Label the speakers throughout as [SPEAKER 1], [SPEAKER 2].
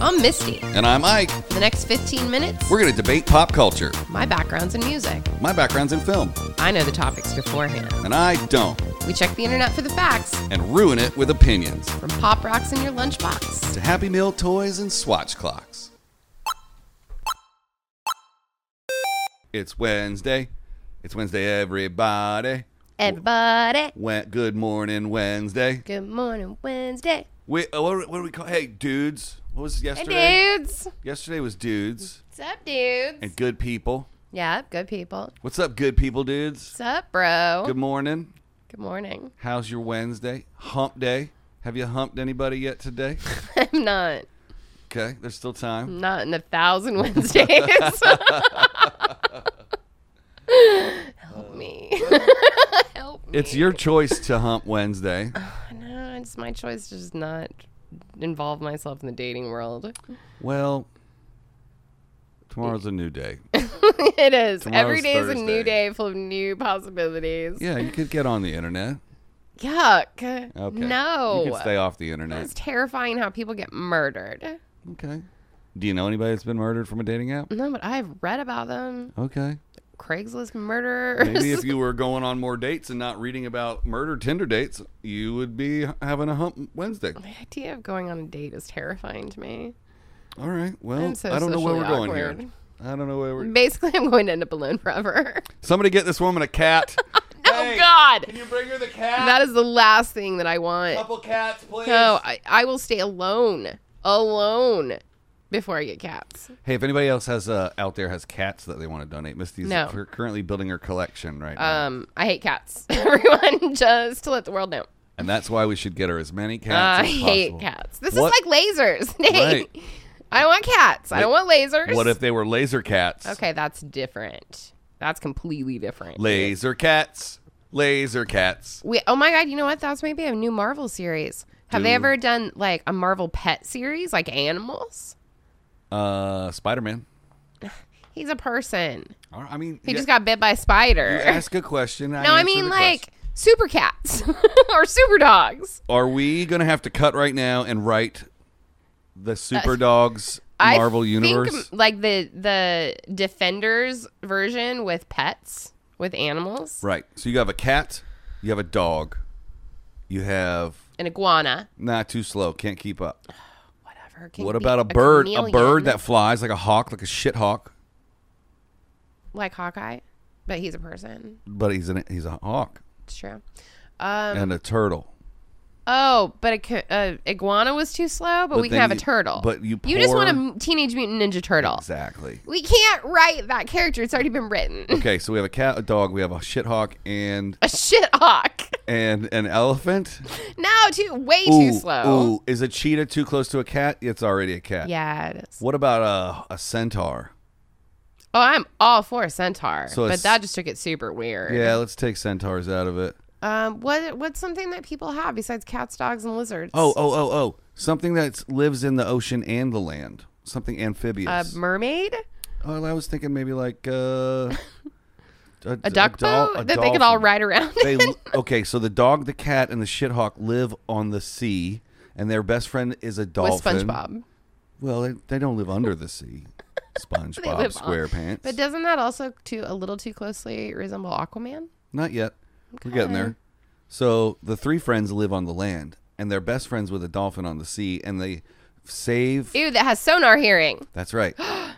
[SPEAKER 1] I'm Misty.
[SPEAKER 2] And I'm Ike.
[SPEAKER 1] For the next 15 minutes,
[SPEAKER 2] We're going to debate pop culture.
[SPEAKER 1] my background's in music.
[SPEAKER 2] My background's in film,
[SPEAKER 1] I know the topics beforehand.
[SPEAKER 2] and I don't.
[SPEAKER 1] We check the internet for the facts,
[SPEAKER 2] And ruin it with opinions.
[SPEAKER 1] from pop rocks in your lunchbox.
[SPEAKER 2] To Happy Meal toys and swatch clocks. It's Wednesday. It's Wednesday, everybody.
[SPEAKER 1] Everybody,
[SPEAKER 2] We- good morning, Wednesday.
[SPEAKER 1] good morning, Wednesday.
[SPEAKER 2] We, uh, what, what do we call? Hey, dudes. What was yesterday?
[SPEAKER 1] Hey, dudes.
[SPEAKER 2] Yesterday was dudes
[SPEAKER 1] What's up, dudes?
[SPEAKER 2] and good people.
[SPEAKER 1] yeah, good people.
[SPEAKER 2] What's up, good people, dudes?
[SPEAKER 1] What's up, bro?
[SPEAKER 2] Good morning.
[SPEAKER 1] Good morning.
[SPEAKER 2] How's your Wednesday? Hump day. Have you humped anybody yet today?
[SPEAKER 1] I'm not,
[SPEAKER 2] Okay, there's still time.
[SPEAKER 1] not in a thousand Wednesdays.
[SPEAKER 2] Uh,
[SPEAKER 1] Help me. Help me.
[SPEAKER 2] It's your choice to hump Wednesday.
[SPEAKER 1] No, it's my choice to just not involve myself in the dating world.
[SPEAKER 2] Well, tomorrow's a new day.
[SPEAKER 1] it is.
[SPEAKER 2] Tomorrow's
[SPEAKER 1] Every day is a
[SPEAKER 2] Thursday.
[SPEAKER 1] new day full of new possibilities.
[SPEAKER 2] Yeah, you could get on the internet.
[SPEAKER 1] Yuck.
[SPEAKER 2] Okay. You
[SPEAKER 1] No.
[SPEAKER 2] could stay off the
[SPEAKER 1] It's
[SPEAKER 2] internet.
[SPEAKER 1] terrifying how people get murdered.
[SPEAKER 2] Okay. Do you know anybody that's been murdered from a dating app?
[SPEAKER 1] No, but I've read about them.
[SPEAKER 2] Okay.
[SPEAKER 1] Craigslist murderers.
[SPEAKER 2] Maybe if you were going on more dates and not reading about murder Tinder dates, you would be having a hump Wednesday.
[SPEAKER 1] the idea of going on a date is terrifying to me.
[SPEAKER 2] All right. Well,
[SPEAKER 1] I'm so
[SPEAKER 2] I don't know where we're
[SPEAKER 1] socially
[SPEAKER 2] going here.
[SPEAKER 1] awkward.
[SPEAKER 2] I don't know where we're.
[SPEAKER 1] Basically, I'm going to end up alone forever.
[SPEAKER 2] Somebody get this woman a cat.
[SPEAKER 1] oh, God.
[SPEAKER 2] Can you bring her the cat?
[SPEAKER 1] That is the last thing that I want.
[SPEAKER 2] Couple cats, please.
[SPEAKER 1] No, I, I will stay alone. Alone before I get cats.
[SPEAKER 2] Hey, if anybody else has uh, out there has cats that they want to donate, Misty's
[SPEAKER 1] No.
[SPEAKER 2] cur- currently building her collection right now,
[SPEAKER 1] Um, I hate cats. Everyone, just to let the world know.
[SPEAKER 2] and that's why we should get her as many cats.
[SPEAKER 1] Uh, I
[SPEAKER 2] as
[SPEAKER 1] hate
[SPEAKER 2] possible.
[SPEAKER 1] cats. This is
[SPEAKER 2] What-
[SPEAKER 1] like lasers. Nate.
[SPEAKER 2] Right.
[SPEAKER 1] I don't want cats. I don't want lasers.
[SPEAKER 2] What if they were laser cats?
[SPEAKER 1] Okay, that's different. That's completely different.
[SPEAKER 2] Laser cats. Laser cats.
[SPEAKER 1] we, oh my god, you know what? That's maybe a new Marvel series. Have they
[SPEAKER 2] Dude.
[SPEAKER 1] ever done like a Marvel pet series, like animals?
[SPEAKER 2] Uh, Spider Man.
[SPEAKER 1] He's a person.
[SPEAKER 2] I mean,
[SPEAKER 1] He
[SPEAKER 2] yeah,
[SPEAKER 1] just got bit by a spider.
[SPEAKER 2] you ask a question.
[SPEAKER 1] No, I
[SPEAKER 2] answer
[SPEAKER 1] mean
[SPEAKER 2] the
[SPEAKER 1] like
[SPEAKER 2] question.
[SPEAKER 1] super cats or super dogs.
[SPEAKER 2] Are we gonna have to cut right now and write the Super Dogs
[SPEAKER 1] Uh, I
[SPEAKER 2] Marvel
[SPEAKER 1] think,
[SPEAKER 2] universe?
[SPEAKER 1] like the the Defenders version with pets with animals,
[SPEAKER 2] Right. So you have a cat. You have a dog. You have
[SPEAKER 1] an iguana,
[SPEAKER 2] not too slow. Can't keep up.
[SPEAKER 1] whatever. Can
[SPEAKER 2] What
[SPEAKER 1] be
[SPEAKER 2] about a bird? A
[SPEAKER 1] chameleon,
[SPEAKER 2] bird that flies like a hawk, like a shit hawk,
[SPEAKER 1] like Hawkeye, but he's a person.
[SPEAKER 2] but he's an he's a hawk
[SPEAKER 1] It's true. Um,
[SPEAKER 2] and a turtle.
[SPEAKER 1] oh, but a, ca- a iguana was too slow. But, we can
[SPEAKER 2] then
[SPEAKER 1] have a
[SPEAKER 2] you-
[SPEAKER 1] turtle.
[SPEAKER 2] but you
[SPEAKER 1] you just want a
[SPEAKER 2] pour-
[SPEAKER 1] m- teenage mutant ninja turtle.
[SPEAKER 2] Exactly.
[SPEAKER 1] We can't write that character. It's already been written.
[SPEAKER 2] Okay, so we have a cat, a dog, we have a shit hawk, and
[SPEAKER 1] a shit hawk.
[SPEAKER 2] and an elephant.
[SPEAKER 1] No, too way
[SPEAKER 2] Ooh,
[SPEAKER 1] too slow.
[SPEAKER 2] Ooh, is a cheetah too close to a cat? It's already a cat.
[SPEAKER 1] Yeah, it is.
[SPEAKER 2] What about a a centaur?
[SPEAKER 1] Oh, I'm all for a centaur,
[SPEAKER 2] So a
[SPEAKER 1] but
[SPEAKER 2] s-
[SPEAKER 1] that just took it super weird.
[SPEAKER 2] Yeah, let's take centaurs out of it.
[SPEAKER 1] Um, what what's something that people have besides cats, dogs, and lizards?
[SPEAKER 2] Oh, oh, oh, oh! Something that lives in the ocean and the land. Something amphibious.
[SPEAKER 1] a mermaid,
[SPEAKER 2] Oh, I was thinking maybe like uh, a,
[SPEAKER 1] a duck
[SPEAKER 2] dol-
[SPEAKER 1] boat
[SPEAKER 2] a
[SPEAKER 1] that they could all
[SPEAKER 2] dolphin.
[SPEAKER 1] ride around.
[SPEAKER 2] They okay, so the dog, the cat, and the shithawk live on the sea, and their best friend is a
[SPEAKER 1] with
[SPEAKER 2] dolphin.
[SPEAKER 1] SpongeBob.
[SPEAKER 2] Well, they, they don't live under the sea. SpongeBob
[SPEAKER 1] live on-
[SPEAKER 2] SquarePants.
[SPEAKER 1] But doesn't that also too a little too closely resemble Aquaman?
[SPEAKER 2] Not yet. We're getting
[SPEAKER 1] Okay.
[SPEAKER 2] there. So the three friends live on the land, and they're best friends with a dolphin on the sea, and they save.
[SPEAKER 1] Ew, that has sonar hearing.
[SPEAKER 2] That's right.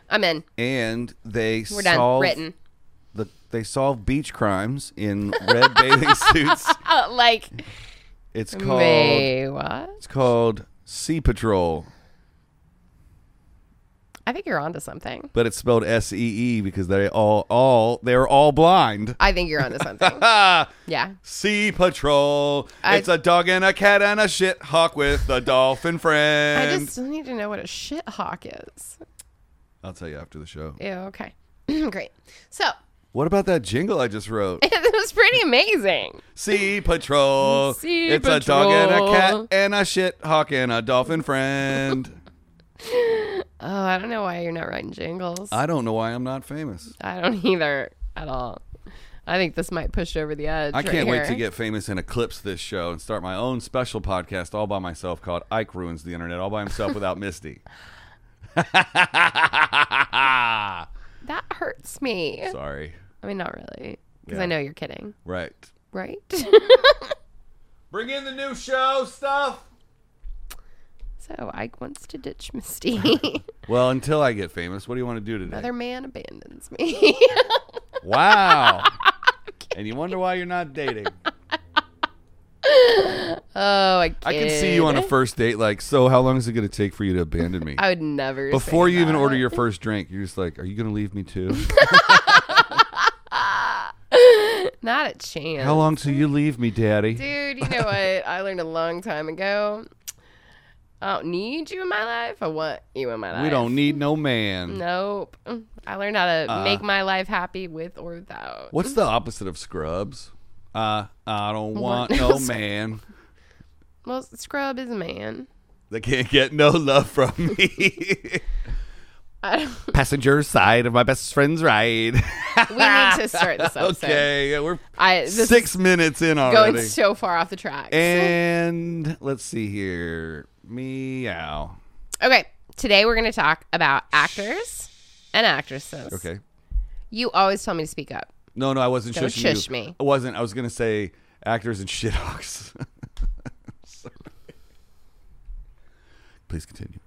[SPEAKER 1] I'm in.
[SPEAKER 2] and they
[SPEAKER 1] We're done.
[SPEAKER 2] solve
[SPEAKER 1] Written.
[SPEAKER 2] the they solve beach crimes in red bathing suits.
[SPEAKER 1] Uh, like,
[SPEAKER 2] It's called
[SPEAKER 1] may what?
[SPEAKER 2] it's called Sea Patrol.
[SPEAKER 1] I think you're onto something.
[SPEAKER 2] but it's spelled S E E because they all all they're all blind.
[SPEAKER 1] I think you're onto something.
[SPEAKER 2] Ah,
[SPEAKER 1] yeah.
[SPEAKER 2] Sea Patrol.
[SPEAKER 1] I-
[SPEAKER 2] it's a dog and a cat and a shit hawk with a dolphin
[SPEAKER 1] I
[SPEAKER 2] friend.
[SPEAKER 1] just still need to know what a shit hawk is.
[SPEAKER 2] I'll tell you after the show.
[SPEAKER 1] Ew, okay. Great. So,
[SPEAKER 2] What about that jingle I just wrote?
[SPEAKER 1] it was pretty amazing.
[SPEAKER 2] sea Patrol.
[SPEAKER 1] Sea
[SPEAKER 2] it's a dog and a cat
[SPEAKER 1] Patrol.
[SPEAKER 2] and a shit hawk and a dolphin friend.
[SPEAKER 1] Oh, I don't know why you're not writing jingles.
[SPEAKER 2] I don't know why I'm not famous.
[SPEAKER 1] I don't either at all. I think this might push over the edge.
[SPEAKER 2] I
[SPEAKER 1] right
[SPEAKER 2] can't wait to
[SPEAKER 1] here.
[SPEAKER 2] get famous and eclipse this show and start my own special podcast all by myself called Ike Ruins the Internet all by himself without Misty.
[SPEAKER 1] That hurts me.
[SPEAKER 2] Sorry.
[SPEAKER 1] I mean, not really, because
[SPEAKER 2] Yeah.
[SPEAKER 1] I know you're kidding,
[SPEAKER 2] Right.
[SPEAKER 1] right?
[SPEAKER 2] Bring in the new show stuff.
[SPEAKER 1] so Ike wants to ditch Misty.
[SPEAKER 2] Well, until I get famous, what do you want to do today?
[SPEAKER 1] Another man abandons me.
[SPEAKER 2] Wow. and you wonder why you're not dating.
[SPEAKER 1] oh, I.
[SPEAKER 2] I can see you on a
[SPEAKER 1] kid.
[SPEAKER 2] first date, like, so how long is it going to take for you to abandon me?
[SPEAKER 1] I would never. say
[SPEAKER 2] Before you even
[SPEAKER 1] that.
[SPEAKER 2] order your first drink, you're just like, are you going to leave me too?
[SPEAKER 1] Not a chance.
[SPEAKER 2] how long till you leave me, daddy?
[SPEAKER 1] Dude, you know what? I learned a long time ago. I don't need you in my life. I want you in my life.
[SPEAKER 2] we don't need no man.
[SPEAKER 1] Nope. I learned how to
[SPEAKER 2] Uh.
[SPEAKER 1] make my life happy with or without.
[SPEAKER 2] What's the opposite of scrubs? Uh, I don't want
[SPEAKER 1] What?
[SPEAKER 2] no man
[SPEAKER 1] Well, Scrub is a man.
[SPEAKER 2] that can't get no love from me.
[SPEAKER 1] I don't-
[SPEAKER 2] Passenger side of my best friend's ride.
[SPEAKER 1] we need to start this episode.
[SPEAKER 2] okay, yeah, we're
[SPEAKER 1] I this is
[SPEAKER 2] six minutes in
[SPEAKER 1] going
[SPEAKER 2] already.
[SPEAKER 1] so far off the tracks.
[SPEAKER 2] And let's see here. Meow.
[SPEAKER 1] okay, today we're going to talk about actors and actresses.
[SPEAKER 2] Okay.
[SPEAKER 1] You always tell me to speak up.
[SPEAKER 2] No, no, I wasn't
[SPEAKER 1] Don't
[SPEAKER 2] shushing you.
[SPEAKER 1] shush me.
[SPEAKER 2] I wasn't. I was gonna say actors and shithawks. Sorry. Please continue.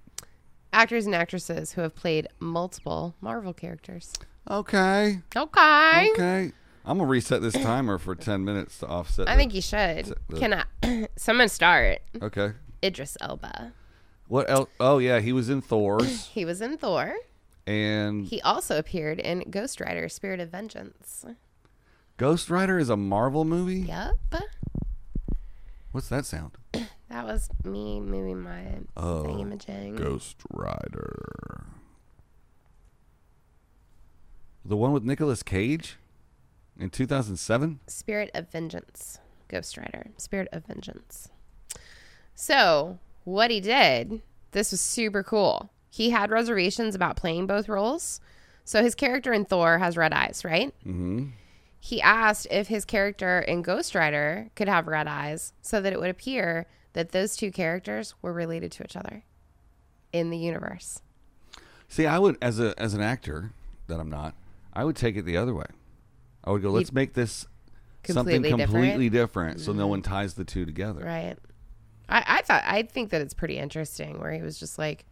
[SPEAKER 1] Actors and actresses who have played multiple Marvel characters.
[SPEAKER 2] Okay.
[SPEAKER 1] Okay.
[SPEAKER 2] Okay. I'm gonna reset this timer for ten minutes to offset.
[SPEAKER 1] I
[SPEAKER 2] the-
[SPEAKER 1] think you should.
[SPEAKER 2] the-
[SPEAKER 1] Can I? Someone start.
[SPEAKER 2] Okay.
[SPEAKER 1] Idris Elba.
[SPEAKER 2] What else? Oh yeah, he was in Thor's
[SPEAKER 1] He was in Thor.
[SPEAKER 2] and
[SPEAKER 1] He also appeared in Ghost Rider: Spirit of Vengeance.
[SPEAKER 2] Ghost Rider is a Marvel movie.
[SPEAKER 1] Yup.
[SPEAKER 2] What's that sound?
[SPEAKER 1] That was me moving my
[SPEAKER 2] Oh,
[SPEAKER 1] imaging.
[SPEAKER 2] Ghost Rider. The one with Nicolas Cage in 2007?
[SPEAKER 1] Spirit of Vengeance. Ghost Rider. Spirit of Vengeance. So, what he did, this was super cool. He had reservations about playing both roles. So, his character in Thor has red eyes, right?
[SPEAKER 2] Mm-hmm.
[SPEAKER 1] He asked if his character in Ghost Rider could have red eyes so that it would appear that those two characters were related to each other in the universe.
[SPEAKER 2] See, I would as a as an actor that I'm not, I would take it the other way. I would go, let's make this
[SPEAKER 1] Completely
[SPEAKER 2] something
[SPEAKER 1] different? Mm-hmm.
[SPEAKER 2] completely different, so no one ties the two together.
[SPEAKER 1] Right. I, I thought I think that it's pretty interesting where he was just like,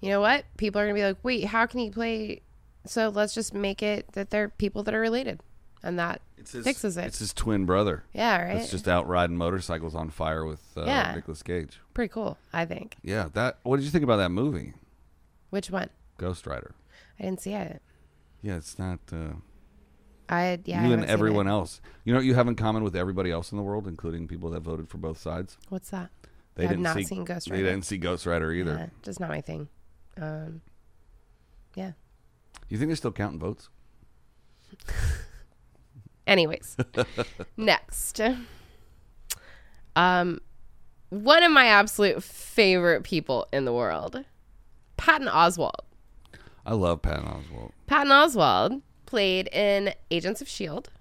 [SPEAKER 1] you know what? People are gonna be like, wait, how can he play? So let's just make it that they're people that are related, and that
[SPEAKER 2] It's his,
[SPEAKER 1] fixes it.
[SPEAKER 2] It's his twin brother.
[SPEAKER 1] yeah, right.
[SPEAKER 2] That's just out riding motorcycles on fire with uh,
[SPEAKER 1] Yeah.
[SPEAKER 2] Nicolas Cage.
[SPEAKER 1] pretty cool, I think.
[SPEAKER 2] Yeah, that. What did you think about that movie,
[SPEAKER 1] Which one?
[SPEAKER 2] Ghost Rider?
[SPEAKER 1] I didn't see it.
[SPEAKER 2] Yeah, it's not. Uh,
[SPEAKER 1] I yeah. I
[SPEAKER 2] you
[SPEAKER 1] haven't
[SPEAKER 2] and
[SPEAKER 1] seen
[SPEAKER 2] everyone
[SPEAKER 1] it.
[SPEAKER 2] else. You know what you have in common with everybody else in the world, including people that voted for both sides.
[SPEAKER 1] What's that?
[SPEAKER 2] They
[SPEAKER 1] I've
[SPEAKER 2] didn't
[SPEAKER 1] not
[SPEAKER 2] see
[SPEAKER 1] seen Ghost
[SPEAKER 2] They
[SPEAKER 1] Rider.
[SPEAKER 2] didn't see Ghost Rider either.
[SPEAKER 1] Yeah, just not my thing. Um, yeah.
[SPEAKER 2] You think they're still counting votes?
[SPEAKER 1] Anyways, next. Um, one of my absolute favorite people in the world, Patton Oswald.
[SPEAKER 2] I love Patton Oswalt.
[SPEAKER 1] Patton Oswald played in Agents of S.H.I.E.L.D. E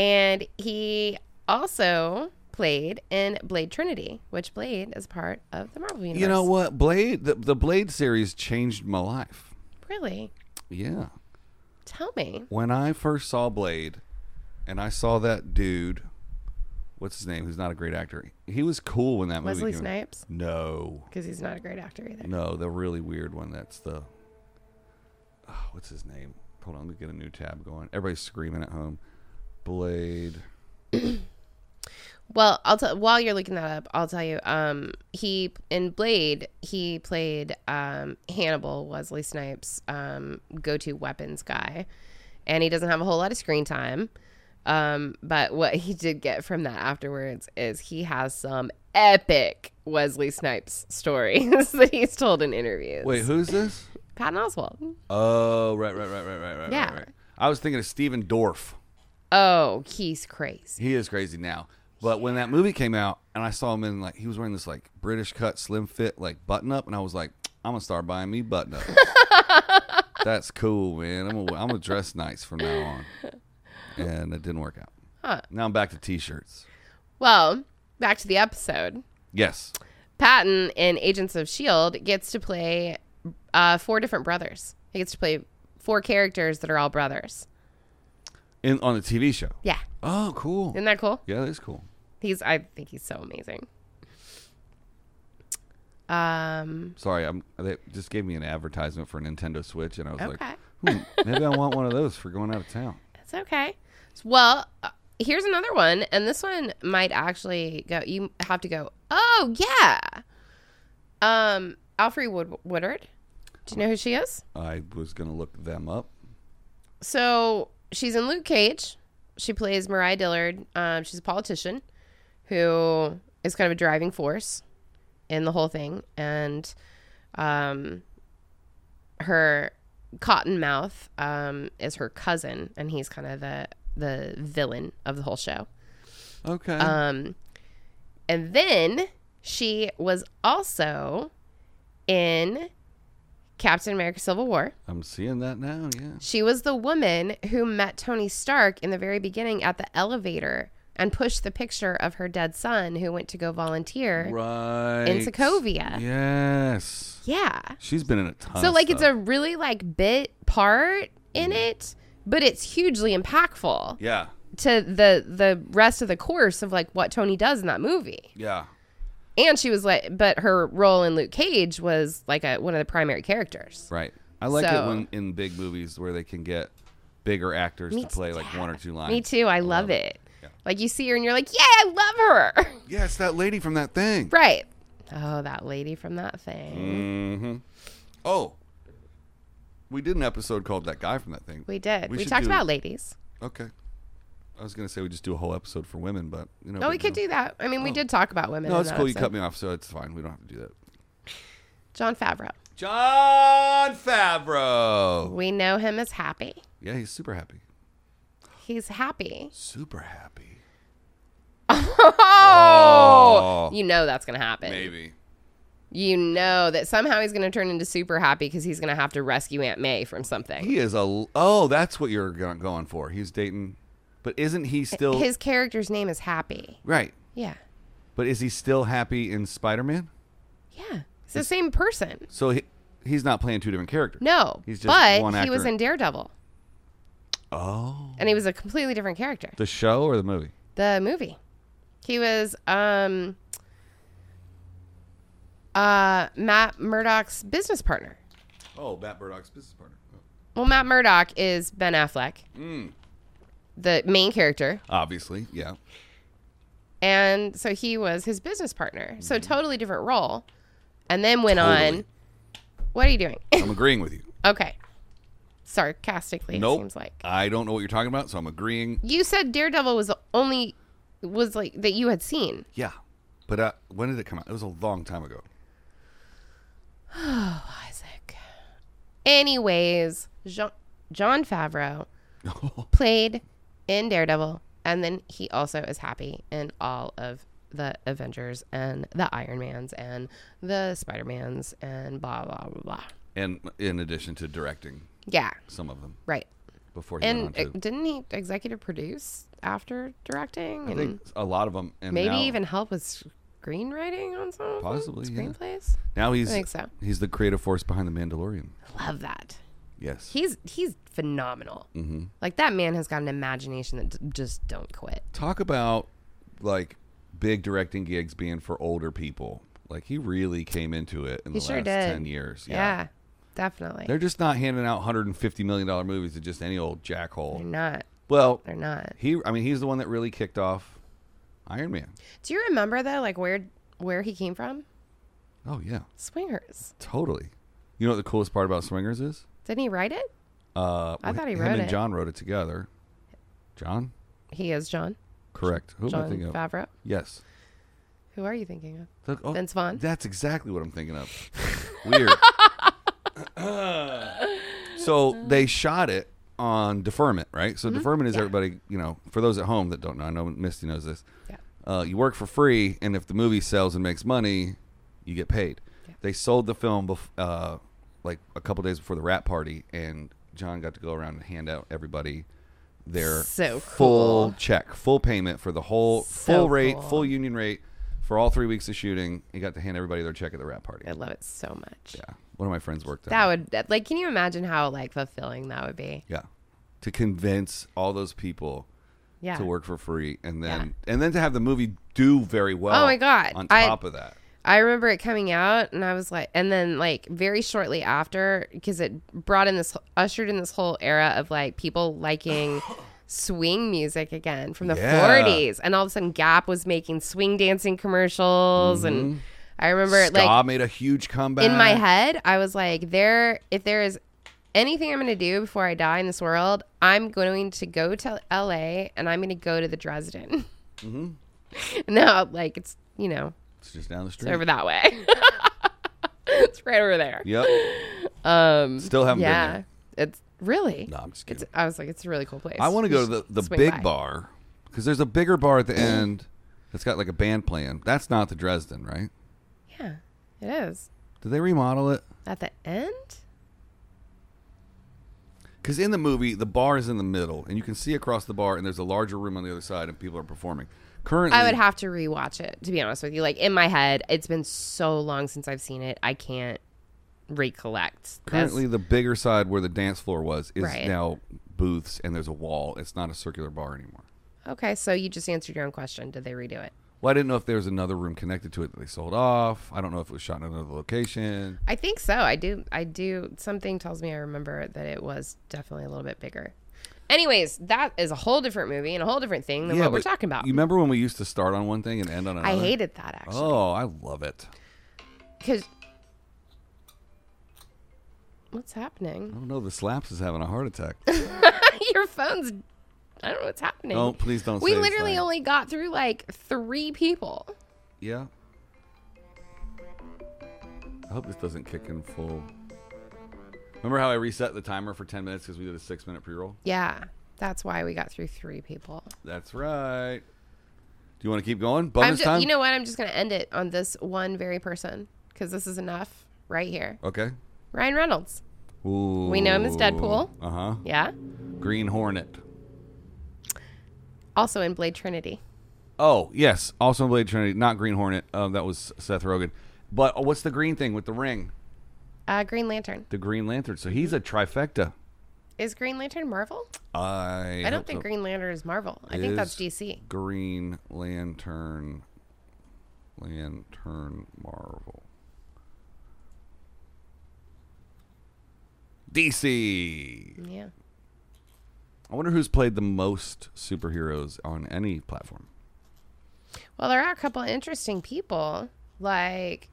[SPEAKER 1] And he also played in Blade Trinity, which Blade is part of the Marvel Universe.
[SPEAKER 2] You know what? Blade the, the Blade series changed my life.
[SPEAKER 1] Really?
[SPEAKER 2] Yeah.
[SPEAKER 1] Tell me.
[SPEAKER 2] When I first saw Blade and I saw that dude what's his name? Who's not a great actor. He was cool when that movie
[SPEAKER 1] Wesley
[SPEAKER 2] came out.
[SPEAKER 1] Snipes?
[SPEAKER 2] No.
[SPEAKER 1] Because he's not a great actor either.
[SPEAKER 2] No, the really weird one. That's the oh, what's his name? Hold on, let me get a new tab going. Everybody's screaming at home. Blade.
[SPEAKER 1] Well, I'll tell while you're looking that up, I'll tell you. Um, he in Blade, he played um Hannibal, Wesley Snipes' um go-to weapons guy, and he doesn't have a whole lot of screen time. Um, but what he did get from that afterwards is he has some epic Wesley Snipes stories that he's told in interviews.
[SPEAKER 2] Wait, who's this?
[SPEAKER 1] Patton Oswald.
[SPEAKER 2] Oh, right, right, right, right, right, right,
[SPEAKER 1] Yeah.
[SPEAKER 2] right, right. I was thinking of Steven Dorff.
[SPEAKER 1] Oh, he's crazy.
[SPEAKER 2] He is crazy now. But when that movie came out and I saw him in like he was wearing this like British cut slim fit like button up and I was like, I'm gonna start buying me button up. That's cool, man. I'm gonna, I'm gonna dress nice from now on. And it didn't work out.
[SPEAKER 1] Huh.
[SPEAKER 2] Now I'm back to t-shirts.
[SPEAKER 1] Well, back to the episode.
[SPEAKER 2] Yes.
[SPEAKER 1] Patton in Agents of S.H.I.E.L.D. E gets to play uh, four different brothers. He gets to play four characters that are all brothers.
[SPEAKER 2] in on the TV show.
[SPEAKER 1] Yeah.
[SPEAKER 2] Oh, cool.
[SPEAKER 1] Isn't that cool?
[SPEAKER 2] Yeah, that is cool.
[SPEAKER 1] He's I think he's so amazing. Um
[SPEAKER 2] Sorry, I'm, they just gave me an advertisement for Nintendo Switch, and I was
[SPEAKER 1] Okay.
[SPEAKER 2] like, hmm, maybe I want one of those for going out of town.
[SPEAKER 1] it's okay. Well, uh, here's another one and this one might actually go you have to go, "Oh, yeah." Um Alfre Wood- Woodard. Do you know who she is?
[SPEAKER 2] I was gonna look them up.
[SPEAKER 1] So she's in Luke Cage. She plays Mariah Dillard. Um, she's a politician who is kind of a driving force in the whole thing. And um, her Cottonmouth um, is her cousin, and he's kind of the the villain of the whole show.
[SPEAKER 2] Okay.
[SPEAKER 1] Um, and then she was also in Captain America: Civil War.
[SPEAKER 2] I'm seeing that now. Yeah.
[SPEAKER 1] She was the woman who met Tony Stark in the very beginning at the elevator and pushed the picture of her dead son who went to go volunteer.
[SPEAKER 2] Right.
[SPEAKER 1] Sokovia.
[SPEAKER 2] Yes.
[SPEAKER 1] Yeah.
[SPEAKER 2] She's been in a ton.
[SPEAKER 1] uh, so Mm-hmm.
[SPEAKER 2] of
[SPEAKER 1] like
[SPEAKER 2] stuff.
[SPEAKER 1] it's a really like bit part in it, but it's hugely impactful
[SPEAKER 2] Yeah.
[SPEAKER 1] to the the rest of the course of like what Tony does in that movie.
[SPEAKER 2] Yeah.
[SPEAKER 1] And she was like but her role in Luke Cage was like a one of the primary characters.
[SPEAKER 2] Right. I like it
[SPEAKER 1] So-
[SPEAKER 2] when in big movies where they can get bigger actors to
[SPEAKER 1] Me
[SPEAKER 2] play
[SPEAKER 1] too.
[SPEAKER 2] like one or two lines.
[SPEAKER 1] Me too. I love,
[SPEAKER 2] love
[SPEAKER 1] it.
[SPEAKER 2] Yeah.
[SPEAKER 1] Like you see her and you're like, "Yeah, I love her."
[SPEAKER 2] Yeah, it's that lady from that thing.
[SPEAKER 1] Right. Oh, that lady from that thing.
[SPEAKER 2] Mm-hmm. Oh. We did an episode called "That Guy from That Thing."
[SPEAKER 1] We did.
[SPEAKER 2] We
[SPEAKER 1] We,
[SPEAKER 2] should
[SPEAKER 1] talked
[SPEAKER 2] do-
[SPEAKER 1] about ladies.
[SPEAKER 2] Okay. I was gonna say we just do a whole episode for women, but you know.
[SPEAKER 1] No, Oh, we
[SPEAKER 2] big
[SPEAKER 1] could
[SPEAKER 2] deal.
[SPEAKER 1] do that. I mean, we
[SPEAKER 2] Oh.
[SPEAKER 1] did talk about women.
[SPEAKER 2] No,
[SPEAKER 1] in
[SPEAKER 2] it's
[SPEAKER 1] that
[SPEAKER 2] cool. You
[SPEAKER 1] episode.
[SPEAKER 2] cut me off, so it's fine. We don't have to do that.
[SPEAKER 1] John Favreau.
[SPEAKER 2] John Favreau.
[SPEAKER 1] We know him as happy.
[SPEAKER 2] Yeah, he's super happy.
[SPEAKER 1] He's happy.
[SPEAKER 2] Super happy.
[SPEAKER 1] Oh,
[SPEAKER 2] Oh.
[SPEAKER 1] you know that's gonna happen.
[SPEAKER 2] Maybe.
[SPEAKER 1] You know that somehow he's gonna turn into super happy because he's gonna have to rescue Aunt May from something.
[SPEAKER 2] He is a. Oh, that's what you're go- going for. He's dating, but isn't he still
[SPEAKER 1] His character's name is Happy.
[SPEAKER 2] right?
[SPEAKER 1] Yeah,
[SPEAKER 2] But is he still happy in Spider-Man?
[SPEAKER 1] yeah. It's the same person.
[SPEAKER 2] So he, he's not playing two different characters.
[SPEAKER 1] No,
[SPEAKER 2] He's just
[SPEAKER 1] but
[SPEAKER 2] one
[SPEAKER 1] he was
[SPEAKER 2] actor.
[SPEAKER 1] in Daredevil,
[SPEAKER 2] Oh,
[SPEAKER 1] and he was a completely different character.
[SPEAKER 2] the show or the movie?
[SPEAKER 1] the movie. He was um uh Matt Murdock's business partner.
[SPEAKER 2] Oh, Matt Burdock's business partner. Oh.
[SPEAKER 1] Well, Matt Murdock is Ben Affleck,
[SPEAKER 2] Mm.
[SPEAKER 1] the main character,
[SPEAKER 2] Obviously, yeah.
[SPEAKER 1] and so he was his business partner. So totally different role. And then went
[SPEAKER 2] Mm-hmm. Totally.
[SPEAKER 1] on. What are you doing?
[SPEAKER 2] I'm agreeing with you.
[SPEAKER 1] okay, sarcastically.
[SPEAKER 2] nope.
[SPEAKER 1] It seems like
[SPEAKER 2] I don't know what you're talking about, so I'm agreeing.
[SPEAKER 1] you said Daredevil was the only was like that you had seen.
[SPEAKER 2] Yeah, but uh, when did it come out? It was a long time ago.
[SPEAKER 1] Isaac. Anyways, Jean, John Favreau played in Daredevil, and then he also is happy in all of the Avengers and the Iron Mans and the Spider Mans and blah blah blah. blah.
[SPEAKER 2] and in addition to directing
[SPEAKER 1] Yeah,
[SPEAKER 2] some of them
[SPEAKER 1] right.
[SPEAKER 2] before he
[SPEAKER 1] And
[SPEAKER 2] went on to,
[SPEAKER 1] uh, didn't he executive produce after directing
[SPEAKER 2] I
[SPEAKER 1] and
[SPEAKER 2] think a lot of them. And
[SPEAKER 1] maybe
[SPEAKER 2] now,
[SPEAKER 1] even help with screenwriting on some of them?
[SPEAKER 2] Possibly, yeah.
[SPEAKER 1] screenplays?
[SPEAKER 2] now he's
[SPEAKER 1] I think so.
[SPEAKER 2] he's the creative force behind the Mandalorian.
[SPEAKER 1] Love that.
[SPEAKER 2] Yes,
[SPEAKER 1] he's he's phenomenal.
[SPEAKER 2] Mm-hmm.
[SPEAKER 1] Like that man has got an imagination that d- just don't quit.
[SPEAKER 2] talk about like big directing gigs being for older people. Like he really came into it in
[SPEAKER 1] He
[SPEAKER 2] the
[SPEAKER 1] sure
[SPEAKER 2] last
[SPEAKER 1] did.
[SPEAKER 2] ten years.
[SPEAKER 1] Yeah, definitely.
[SPEAKER 2] they're just not handing out 150 million dollar movies to just any old
[SPEAKER 1] They're
[SPEAKER 2] jackhole.
[SPEAKER 1] not.
[SPEAKER 2] Well,
[SPEAKER 1] They're not.
[SPEAKER 2] he I mean he's the one that really kicked off Iron Man.
[SPEAKER 1] Do you remember though, like where where he came from?
[SPEAKER 2] Oh yeah,
[SPEAKER 1] Swingers.
[SPEAKER 2] totally. You know what the coolest part about Swingers is?
[SPEAKER 1] Didn't he write it?
[SPEAKER 2] Uh,
[SPEAKER 1] I thought he
[SPEAKER 2] him
[SPEAKER 1] wrote
[SPEAKER 2] and
[SPEAKER 1] it.
[SPEAKER 2] John wrote it together. John,
[SPEAKER 1] He is John.
[SPEAKER 2] correct? Who am I
[SPEAKER 1] John
[SPEAKER 2] thinking of?
[SPEAKER 1] Favreau.
[SPEAKER 2] Yes,
[SPEAKER 1] Who are you thinking of?
[SPEAKER 2] The- oh,
[SPEAKER 1] Vince Vaughn.
[SPEAKER 2] That's exactly what I'm thinking of. Weird. so they shot it on deferment, right?
[SPEAKER 1] Mm-hmm.
[SPEAKER 2] So deferment is everybody, you know, for those at home that don't know, I know Misty knows this.
[SPEAKER 1] Yeah.
[SPEAKER 2] Uh, you work for free, and if the movie sells and makes money, you get paid.
[SPEAKER 1] Yeah.
[SPEAKER 2] They sold the film bef- uh, like a couple days before the rat party, and John got to go around and hand out everybody their
[SPEAKER 1] So
[SPEAKER 2] full
[SPEAKER 1] cool.
[SPEAKER 2] check, full payment for the whole
[SPEAKER 1] So
[SPEAKER 2] full rate,
[SPEAKER 1] cool.
[SPEAKER 2] full union rate For all three weeks of shooting, he got to hand everybody their check at the rap party.
[SPEAKER 1] I love it so much.
[SPEAKER 2] Yeah, one of my friends worked there.
[SPEAKER 1] That would that- like. Can you imagine how like fulfilling that would be?
[SPEAKER 2] yeah, to convince all those people
[SPEAKER 1] Yeah.
[SPEAKER 2] to work for free, and then and then to have the movie do very well.
[SPEAKER 1] Oh my God.
[SPEAKER 2] On
[SPEAKER 1] I-
[SPEAKER 2] top of that,
[SPEAKER 1] I remember it coming out, and I was like, and then like very shortly after, because it brought in this, ushered in this whole era of like people liking swing music again from the
[SPEAKER 2] Yeah.
[SPEAKER 1] 40s, and all of a sudden Gap was making swing dancing commercials, and I remember
[SPEAKER 2] Mm-hmm. Ska
[SPEAKER 1] like
[SPEAKER 2] made a huge comeback
[SPEAKER 1] in my head, I was like, there, if there is anything I'm going to do before I die in this world, I'm going to go to LA and I'm going to go to the Dresden. Mm-hmm. now, like, it's, you know,
[SPEAKER 2] It's just down the street.
[SPEAKER 1] it's over that way. it's right over there.
[SPEAKER 2] Yep.
[SPEAKER 1] Um,
[SPEAKER 2] Still haven't been
[SPEAKER 1] yeah.
[SPEAKER 2] there.
[SPEAKER 1] It's really.
[SPEAKER 2] No, I'm just
[SPEAKER 1] it's,
[SPEAKER 2] kidding.
[SPEAKER 1] I was like, it's a really cool place.
[SPEAKER 2] I want to go to the, the
[SPEAKER 1] swing
[SPEAKER 2] big
[SPEAKER 1] by.
[SPEAKER 2] bar because there's a bigger bar at the end that's got like a band playing. That's not the Dresden, right?
[SPEAKER 1] Yeah, it is
[SPEAKER 2] Did they remodel it?
[SPEAKER 1] at the end.
[SPEAKER 2] Because in the movie, the bar is in the middle, and you can see across the bar, and there's a larger room on the other side, and people are performing. Currently,
[SPEAKER 1] I would have to rewatch it to be honest with you. Like in my head, it's been so long since I've seen it, I can't recollect. this.
[SPEAKER 2] currently the bigger side where the dance floor was is
[SPEAKER 1] Right.
[SPEAKER 2] now booths, and there's a wall. It's not a circular bar anymore.
[SPEAKER 1] okay, so you just answered your own question. Did they redo it?
[SPEAKER 2] Well, I didn't know if there was another room connected to it that they sold off. I don't know if it was shot in another location.
[SPEAKER 1] I think so. I do. I do. Something tells me I remember that it was definitely a little bit bigger. Anyways, that is a whole different movie and a whole different thing than what we're
[SPEAKER 2] but
[SPEAKER 1] talking about.
[SPEAKER 2] You remember when we used to start on one thing and end on another?
[SPEAKER 1] I hated that actually
[SPEAKER 2] Oh, I love it. Oh.
[SPEAKER 1] because what's
[SPEAKER 2] I
[SPEAKER 1] happening?
[SPEAKER 2] don't know. The slaps is having a heart attack.
[SPEAKER 1] Your phone's. I don't know what's happening.
[SPEAKER 2] No, please Oh. don't.
[SPEAKER 1] we
[SPEAKER 2] say it's
[SPEAKER 1] literally
[SPEAKER 2] fine.
[SPEAKER 1] only got through like three people.
[SPEAKER 2] Yeah. I hope this doesn't kick in full. Remember how I reset the timer for 10 minutes because we did a six minute pre roll?
[SPEAKER 1] Yeah, that's why we got through three people.
[SPEAKER 2] That's right. Do you want to keep going? Bonus
[SPEAKER 1] I'm just,
[SPEAKER 2] time?
[SPEAKER 1] you know what? I'm just gonna end it on this one very person because this is enough right here.
[SPEAKER 2] okay.
[SPEAKER 1] Ryan Reynolds.
[SPEAKER 2] Ooh.
[SPEAKER 1] know him as Deadpool.
[SPEAKER 2] Uh huh.
[SPEAKER 1] Yeah.
[SPEAKER 2] Green Hornet.
[SPEAKER 1] Also in Blade Trinity.
[SPEAKER 2] Oh, yes. Also in Blade Trinity. Not Green Hornet. Um, that was Seth Rogen. But oh, what's the green thing with the ring?
[SPEAKER 1] Uh, Green Lantern.
[SPEAKER 2] The Green Lantern. So he's a trifecta.
[SPEAKER 1] Is Green Lantern Marvel?
[SPEAKER 2] I,
[SPEAKER 1] I don't
[SPEAKER 2] hope
[SPEAKER 1] think
[SPEAKER 2] so.
[SPEAKER 1] Green Lantern is Marvel. I think that's
[SPEAKER 2] is
[SPEAKER 1] DC.
[SPEAKER 2] Green Lantern, Lantern Marvel, DC.
[SPEAKER 1] Yeah.
[SPEAKER 2] I wonder who's played the most superheroes on any platform.
[SPEAKER 1] Well, there are a couple of interesting people like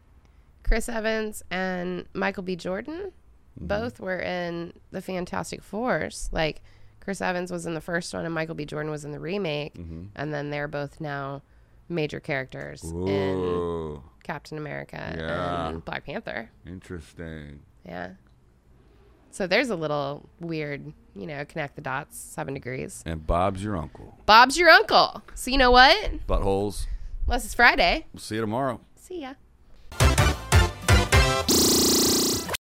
[SPEAKER 1] Chris Evans and Michael B. Jordan.
[SPEAKER 2] Mm-hmm.
[SPEAKER 1] Both were in the Fantastic Fours. Like Chris Evans was in the first one, and Michael B. Jordan was in the remake.
[SPEAKER 2] Mm-hmm.
[SPEAKER 1] And then they're both now major characters in
[SPEAKER 2] Ooh,
[SPEAKER 1] Captain America
[SPEAKER 2] Yeah.
[SPEAKER 1] and Black Panther.
[SPEAKER 2] interesting.
[SPEAKER 1] Yeah. So there's a little weird, you know, connect the dots, seven degrees.
[SPEAKER 2] And Bob's your uncle.
[SPEAKER 1] Bob's your uncle. So you know what?
[SPEAKER 2] Buttholes.
[SPEAKER 1] Unless it's Friday.
[SPEAKER 2] We'll see you tomorrow.
[SPEAKER 1] See ya.